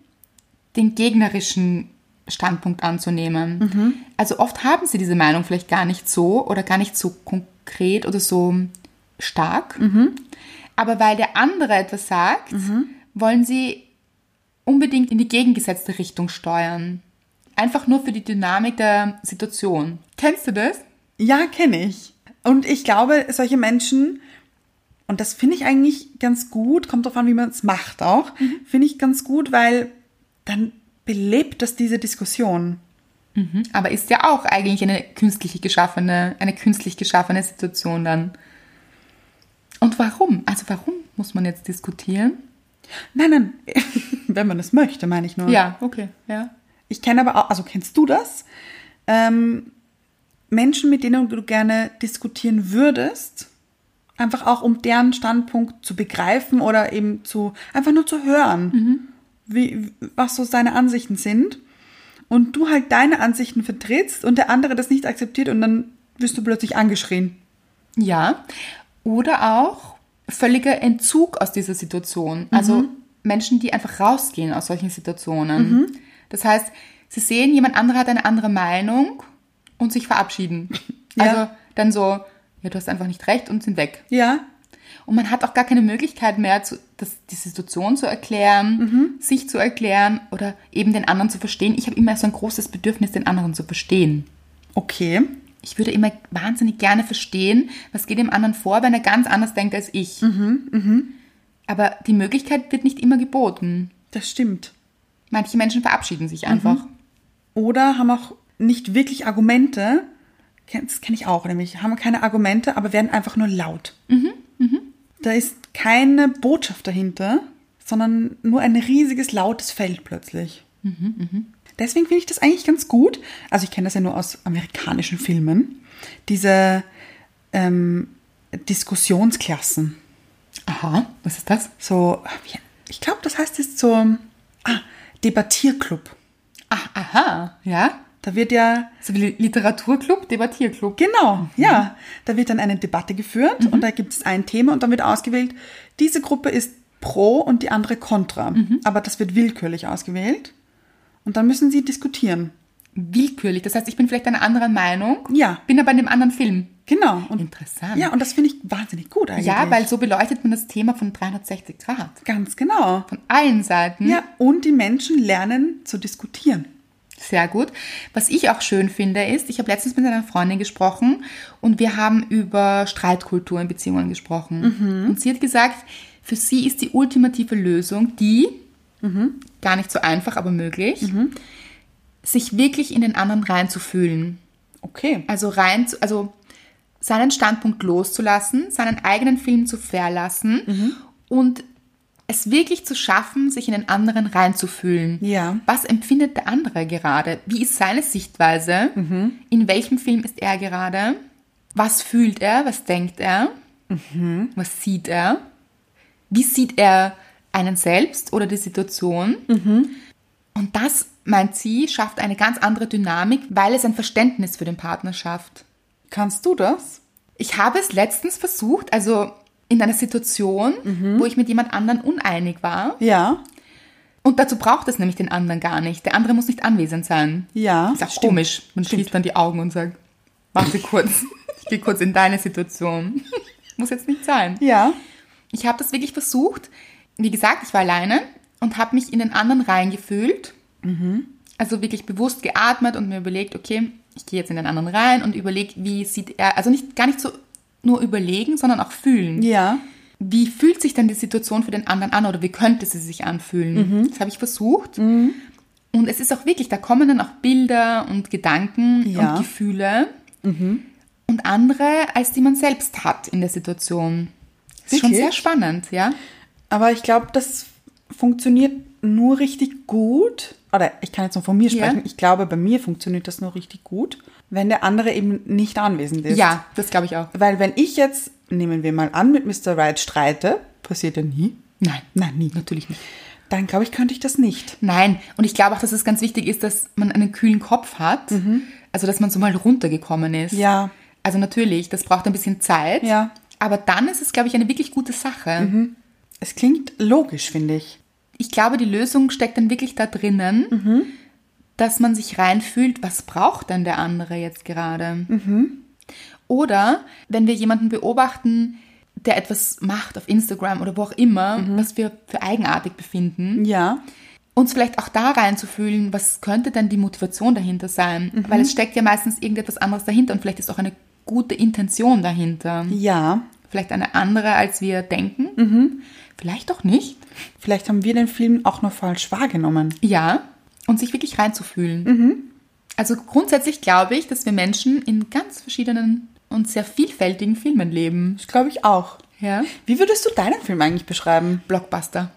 B: den gegnerischen Standpunkt anzunehmen. Also oft haben sie diese Meinung vielleicht gar nicht so oder gar nicht so konkret oder so stark. Aber weil der andere etwas sagt, wollen sie unbedingt in die gegengesetzte Richtung steuern. Einfach nur für die Dynamik der Situation. Kennst du das?
A: Ja, kenne ich. Und ich glaube, solche Menschen, und das finde ich eigentlich ganz gut, kommt darauf an, wie man es macht auch, finde ich ganz gut, weil dann belebt das diese Diskussion.
B: Aber ist ja auch eigentlich eine künstlich geschaffene, eine künstlich geschaffene Situation dann. Und warum? Also warum muss man jetzt diskutieren?
A: Nein, nein, wenn man es möchte, meine ich nur.
B: Ja, Hm. okay, ja.
A: Ich kenne aber auch, also kennst du das? Ähm, Menschen, mit denen du gerne diskutieren würdest, einfach auch um deren Standpunkt zu begreifen oder eben zu, einfach nur zu hören, wie, was so seine Ansichten sind. Und du halt deine Ansichten vertrittst und der andere das nicht akzeptiert und dann wirst du plötzlich angeschrien.
B: Ja. Oder auch völliger Entzug aus dieser Situation. Also Menschen, die einfach rausgehen aus solchen Situationen. Das heißt, sie sehen, jemand anderer hat eine andere Meinung und sich verabschieden.
A: Ja.
B: Also dann so, ja, du hast einfach nicht recht und sind weg.
A: Ja,
B: Und man hat auch gar keine Möglichkeit mehr, zu, das, die Situation zu erklären, sich zu erklären oder eben den anderen zu verstehen. Ich habe immer so ein großes Bedürfnis, den anderen zu verstehen.
A: okay.
B: Ich würde immer wahnsinnig gerne verstehen, was geht dem anderen vor, wenn er ganz anders denkt als ich. mhm. Aber die Möglichkeit wird nicht immer geboten.
A: Das stimmt.
B: Manche Menschen verabschieden sich einfach.
A: Oder haben auch nicht wirklich Argumente. Kenn- Das kenne ich auch, nämlich haben keine Argumente, aber werden einfach nur laut. Da ist keine Botschaft dahinter, sondern nur ein riesiges, lautes Feld plötzlich. Deswegen finde ich das eigentlich ganz gut. Also ich kenne das ja nur aus amerikanischen Filmen. Diese ähm, Diskussionsklassen.
B: Aha, was ist das?
A: So, wie- ich glaube, das heißt jetzt so, ah, Debattierclub.
B: Ach, Ah, aha, ja.
A: Da wird ja
B: So wie Literaturclub, Debattierclub.
A: Genau,
B: Mhm.
A: ja. Da wird dann eine Debatte geführt und da gibt es ein Thema und dann wird ausgewählt, diese Gruppe ist pro und die andere kontra.
B: Mhm.
A: Aber das wird willkürlich ausgewählt und dann müssen sie diskutieren.
B: willkürlich. Das heißt, ich bin vielleicht einer anderen Meinung.
A: Ja.
B: Bin aber in dem anderen Film.
A: Genau. Und,
B: Interessant.
A: Ja, und das finde ich wahnsinnig gut eigentlich.
B: Ja, weil so beleuchtet man das Thema von 360 Grad.
A: Ganz genau.
B: Von allen Seiten.
A: Ja, und die Menschen lernen zu diskutieren.
B: Sehr gut. Was ich auch schön finde, ist, ich habe letztens mit einer Freundin gesprochen und wir haben über Streitkultur in Beziehungen gesprochen. Und sie hat gesagt, für sie ist die ultimative Lösung die, gar nicht so einfach, aber möglich, sich wirklich in den anderen reinzufühlen.
A: Okay.
B: Also rein, zu, also seinen Standpunkt loszulassen, seinen eigenen Film zu verlassen und es wirklich zu schaffen, sich in den anderen reinzufühlen.
A: Ja.
B: Was empfindet der andere gerade? Wie ist seine Sichtweise? In welchem Film ist er gerade? Was fühlt er? Was denkt er? Was sieht er? Wie sieht er einen selbst oder die Situation? Und das, meint sie, schafft eine ganz andere Dynamik, weil es ein Verständnis für den Partner schafft.
A: Kannst du das?
B: Ich habe es letztens versucht, also in einer Situation, wo ich mit jemand anderen uneinig war.
A: Ja.
B: Und dazu braucht es nämlich den anderen gar nicht. Der andere muss nicht anwesend sein.
A: Ja,
B: Ist auch
A: stimmt.
B: komisch. Man schließt dann die Augen und sagt, warte kurz, ich gehe kurz in deine Situation. muss jetzt nicht sein.
A: Ja.
B: Ich habe das wirklich versucht. Wie gesagt, ich war alleine und habe mich in den anderen reingefühlt. Also wirklich bewusst geatmet und mir überlegt, okay, ich gehe jetzt in den anderen rein und überlege, wie sieht er, also nicht gar nicht so nur überlegen, sondern auch fühlen.
A: Ja.
B: Wie fühlt sich denn die Situation für den anderen an oder wie könnte sie sich anfühlen?
A: Mhm.
B: Das habe ich versucht. Und es ist auch wirklich, da kommen dann auch Bilder und Gedanken
A: Ja. Mhm.
B: und Gefühle und andere, als die man selbst hat in der Situation. Das ist schon
A: Wirklich?
B: sehr spannend, ja.
A: Aber ich glaube, das funktioniert nur richtig gut. Oder ich kann jetzt nur von mir
B: Ja.
A: sprechen. Ich glaube, bei mir funktioniert das nur richtig gut, wenn der andere eben nicht anwesend ist.
B: Ja, das glaube ich auch.
A: Weil wenn ich jetzt, nehmen wir mal an, mit Mr. Wright streite, passiert ja nie.
B: Nein,
A: Nein, nie.
B: natürlich nicht.
A: Dann glaube ich, könnte ich das nicht.
B: Nein, und ich glaube auch, dass es ganz wichtig ist, dass man einen kühlen Kopf hat, also dass man so mal runtergekommen ist.
A: Mhm. Ja.
B: Also natürlich, das braucht ein bisschen Zeit.
A: Ja. Mhm.
B: Aber dann ist es, glaube ich, eine wirklich gute Sache.
A: Es klingt logisch, finde ich.
B: Ich glaube, die Lösung steckt dann wirklich da drinnen, dass man sich reinfühlt, was braucht denn der andere jetzt gerade? Oder wenn wir jemanden beobachten, der etwas macht auf Instagram oder wo auch immer, was wir für eigenartig befinden,
A: Ja.
B: uns vielleicht auch da reinzufühlen, was könnte denn die Motivation dahinter sein? Weil es steckt ja meistens irgendetwas anderes dahinter und vielleicht ist auch eine gute Intention dahinter.
A: Ja,
B: Vielleicht eine andere, als wir denken. Vielleicht auch nicht.
A: vielleicht haben wir den Film auch nur falsch wahrgenommen.
B: Ja, und sich wirklich reinzufühlen.
A: Mhm.
B: Also grundsätzlich glaube ich, dass wir Menschen in ganz verschiedenen und sehr vielfältigen Filmen leben.
A: Das glaube ich auch.
B: Ja.
A: Wie würdest du deinen Film eigentlich beschreiben?
B: Blockbuster.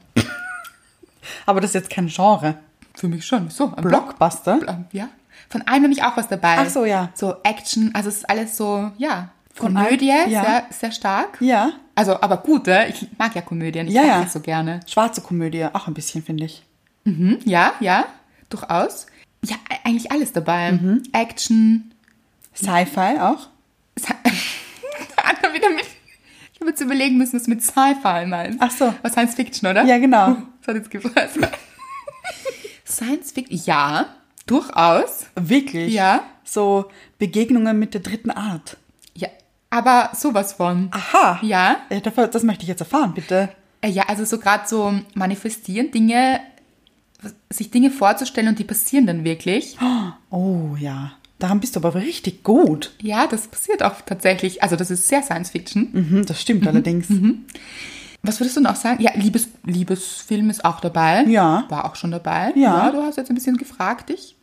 A: Aber das ist jetzt kein Genre.
B: Für mich schon. So, ein Block.
A: Blockbuster?
B: Bla- Ja. Von allem nämlich auch was dabei.
A: Ach so, ja.
B: So Action, also es ist alles so, ja.
A: Von
B: Komödie,
A: allem, ja.
B: sehr, sehr stark.
A: Ja.
B: Also, aber gut, äh, ich mag ja Komödien. Ich
A: Ja,
B: mag
A: ja.
B: das so gerne.
A: Schwarze Komödie, auch ein bisschen, finde ich.
B: Mhm, ja, ja, durchaus. Ja, e- eigentlich alles dabei.
A: Mhm.
B: Action.
A: Sci-Fi auch?
B: Sci- Anna wieder mit. Ich habe jetzt überlegen müssen, was du mit Sci-Fi meinst.
A: Ach so.
B: Was Science Fiction, oder?
A: Ja, genau.
B: Das hat jetzt gefressen. Science Fiction. Ja, durchaus.
A: Wirklich?
B: Ja.
A: So Begegnungen mit der dritten Art.
B: Ja. Aber sowas von.
A: Aha.
B: Ja.
A: Äh, dafür- Das möchte ich jetzt erfahren, bitte.
B: Äh, Ja, also so gerade so manifestieren, Dinge, was- sich Dinge vorzustellen und die passieren dann wirklich.
A: Oh ja. Daran bist du aber richtig gut.
B: Ja, das passiert auch tatsächlich. Also das ist sehr Science Fiction.
A: Mhm, das stimmt allerdings.
B: Was würdest du noch sagen? Ja, Liebes, Liebesfilm ist auch dabei.
A: Ja.
B: War auch schon dabei.
A: Ja.
B: Du hast jetzt ein bisschen gefragt, dich.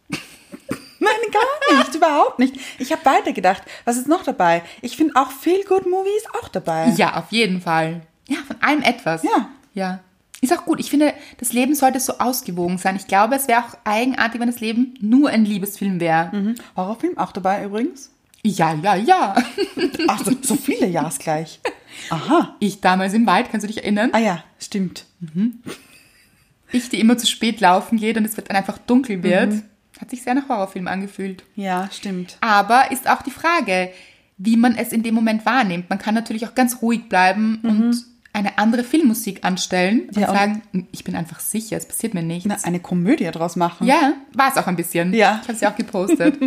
A: Nein, gar nicht, überhaupt nicht. Ich habe weitergedacht. Was ist noch dabei? Ich finde auch Feel Good Movie ist auch dabei.
B: Ja, auf jeden Fall. Ja, von allem etwas.
A: Ja.
B: Ja. Ist auch gut. Ich finde, das Leben sollte so ausgewogen sein. Ich glaube, es wäre auch eigenartig, wenn das Leben nur ein Liebesfilm wäre.
A: Mhm. Horrorfilm auch dabei übrigens.
B: Ja, ja, ja.
A: Ach, so, so viele Ja's gleich. Aha.
B: Ich damals im Wald, kannst du dich erinnern?
A: Ah ja, stimmt.
B: Ich, die immer zu spät laufen geht und es wird dann einfach dunkel wird.
A: Mhm.
B: Hat sich sehr nach Horrorfilm angefühlt.
A: Ja, stimmt.
B: Aber ist auch die Frage, wie man es in dem Moment wahrnimmt. Man kann natürlich auch ganz ruhig bleiben und eine andere Filmmusik anstellen und
A: Mhm. Ja, und-
B: sagen, "Hm, ich bin einfach sicher, es passiert mir nichts.
A: Na, eine Komödie draus machen.
B: ja, war es auch ein bisschen.
A: Ja.
B: Ich habe es ja auch gepostet.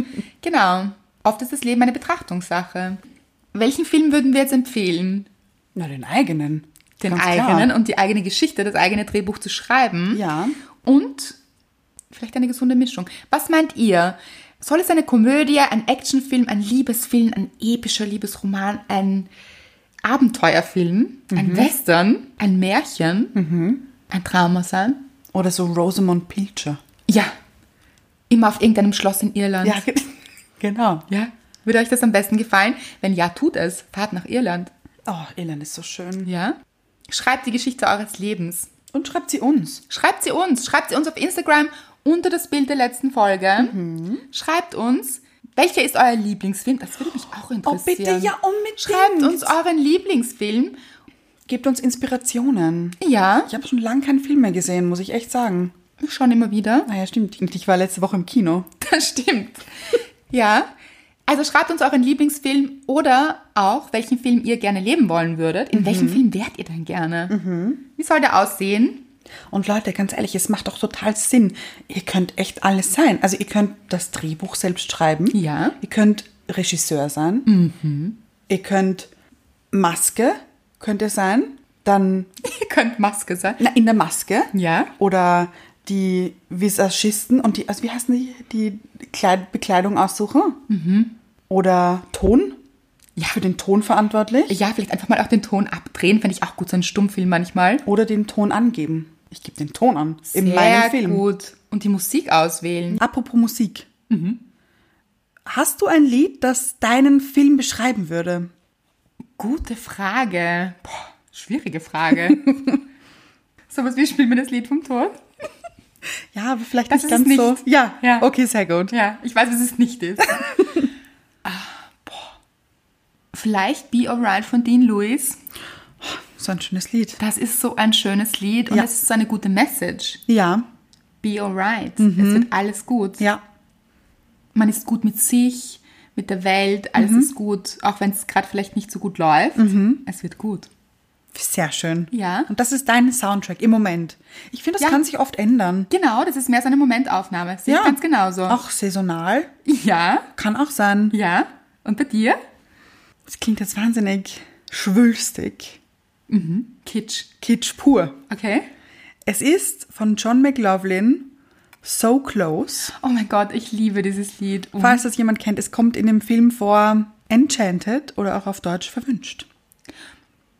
B: genau. Oft ist das Leben eine Betrachtungssache. Welchen Film würden wir jetzt empfehlen?
A: Na, den eigenen.
B: Den
A: Ganz klar.
B: eigenen und die eigene Geschichte, das eigene Drehbuch zu schreiben.
A: Ja.
B: Und vielleicht eine gesunde Mischung. Was meint ihr? Soll es eine Komödie, ein Actionfilm, ein Liebesfilm, ein epischer Liebesroman, ein Abenteuerfilm,
A: Mhm.
B: ein Western, ein Märchen, ein Drama sein?
A: Oder so Rosamund Pilcher.
B: Ja. Immer auf irgendeinem Schloss in Irland.
A: Ja, ge- genau.
B: ja. Würde euch das am besten gefallen? Wenn ja, tut es. Fahrt nach Irland.
A: Oh, Irland ist so schön.
B: Ja. Schreibt die Geschichte eures Lebens.
A: Und schreibt sie uns.
B: Schreibt sie uns. Schreibt sie uns auf Instagram unter das Bild der letzten Folge.
A: Mhm.
B: Schreibt uns, welcher ist euer Lieblingsfilm? Das würde mich auch
A: Oh,
B: interessieren.
A: bitte, ja, unbedingt.
B: Schreibt uns euren Lieblingsfilm.
A: Gebt uns Inspirationen.
B: Ja,
A: Ich habe schon lange keinen Film mehr gesehen, muss ich echt sagen.
B: schon immer wieder.
A: Naja, stimmt. Ich war letzte Woche im Kino.
B: Das stimmt. Ja. Also schreibt uns euren Lieblingsfilm oder auch, welchen Film ihr gerne leben wollen würdet. In
A: Mhm.
B: welchem Film wärt ihr denn gerne? Wie soll der aussehen?
A: Und Leute, ganz ehrlich, es macht doch total Sinn. Ihr könnt echt alles sein. Also ihr könnt das Drehbuch selbst schreiben.
B: Ja. Mhm.
A: Ihr könnt Regisseur sein. Ihr könnt Maske, könnt ihr sein. Dann
B: Ihr könnt Maske sein.
A: na, in der Maske.
B: Ja.
A: Oder die Visagisten und die, also wie heißen die, die Kleid Bekleidung aussuchen. Oder Ton.
B: Mhm. Ja.
A: Für den Ton verantwortlich.
B: Ja, vielleicht einfach mal auch den Ton abdrehen. Fände ich auch gut, so ein Stummfilm manchmal.
A: Oder den Ton angeben. Ich gebe den Ton an. in
B: Sehr
A: meinem Film.
B: gut. Und die Musik auswählen.
A: Apropos Musik.
B: Mhm.
A: Hast du ein Lied, das deinen Film beschreiben würde?
B: Gute Frage. Boah, schwierige Frage. Sowas wie spielen wir das Lied vom Tod?
A: Ja, aber vielleicht
B: Das
A: nicht
B: ist
A: ganz
B: es
A: so.
B: nicht.
A: Ja.
B: Ja.
A: okay, sehr gut.
B: Ja, ich weiß, was es nicht ist. ah, boah. Vielleicht Be Alright von Dean Lewis.
A: So ein schönes Lied.
B: Das ist so ein schönes Lied und
A: Ja.
B: es ist so eine gute Message.
A: Ja,
B: Be Alright.
A: Mhm.
B: Es wird alles gut.
A: ja,
B: Man ist gut mit sich, mit der Welt,
A: Mhm.
B: alles ist gut. Auch wenn es gerade vielleicht nicht so gut läuft. Es wird gut.
A: sehr schön.
B: Ja.
A: Und das ist dein Soundtrack im Moment. Ich finde, das
B: Ja.
A: kann sich oft ändern.
B: Genau, das ist mehr so eine Momentaufnahme. Sehe ich ganz genau genauso.
A: Auch saisonal.
B: Ja,
A: Kann auch sein.
B: ja. Und bei dir?
A: Das klingt jetzt wahnsinnig schwülstig.
B: Kitsch.
A: Kitsch pur.
B: Okay.
A: Es ist von John McLaughlin So Close.
B: Oh mein Gott, ich liebe dieses Lied. Oh, Und
A: Falls das jemand kennt, es kommt in dem Film vor Enchanted oder auch auf Deutsch verwünscht.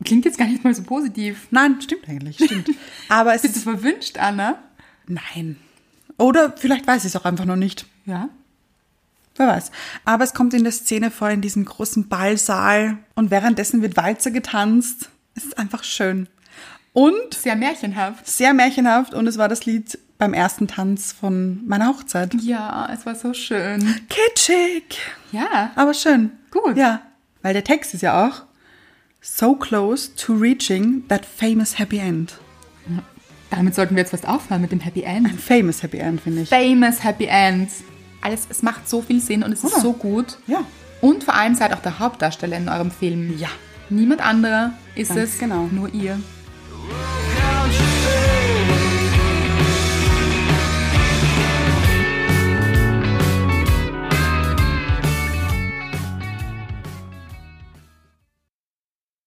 B: klingt jetzt gar nicht mal so positiv.
A: Nein, stimmt eigentlich, stimmt. Aber es
B: Bist du
A: ist.
B: verwünscht, Anna?
A: Nein. Oder vielleicht weiß ich es auch einfach noch nicht.
B: Ja.
A: Wer weiß. Aber es kommt in der Szene vor, in diesem großen Ballsaal. Und währenddessen wird Walzer getanzt. Es ist einfach schön. Und
B: Sehr märchenhaft.
A: sehr märchenhaft. Und es war das Lied beim ersten Tanz von meiner Hochzeit.
B: Ja, es war so schön.
A: Kitschig.
B: Ja.
A: Aber schön.
B: Gut.
A: Ja. Weil der Text ist ja auch so close to reaching that famous happy end.
B: Damit sollten wir jetzt fast aufhören mit dem Happy End.
A: Ein famous happy end, finde ich.
B: Famous Happy End. Alles, es macht so viel Sinn und es
A: Oder?
B: ist so gut.
A: Oh. Ja.
B: Und vor allem seid auch der Hauptdarsteller in eurem Film.
A: Ja.
B: Niemand anderer ist
A: Ganz
B: es,
A: genau.
B: nur ihr.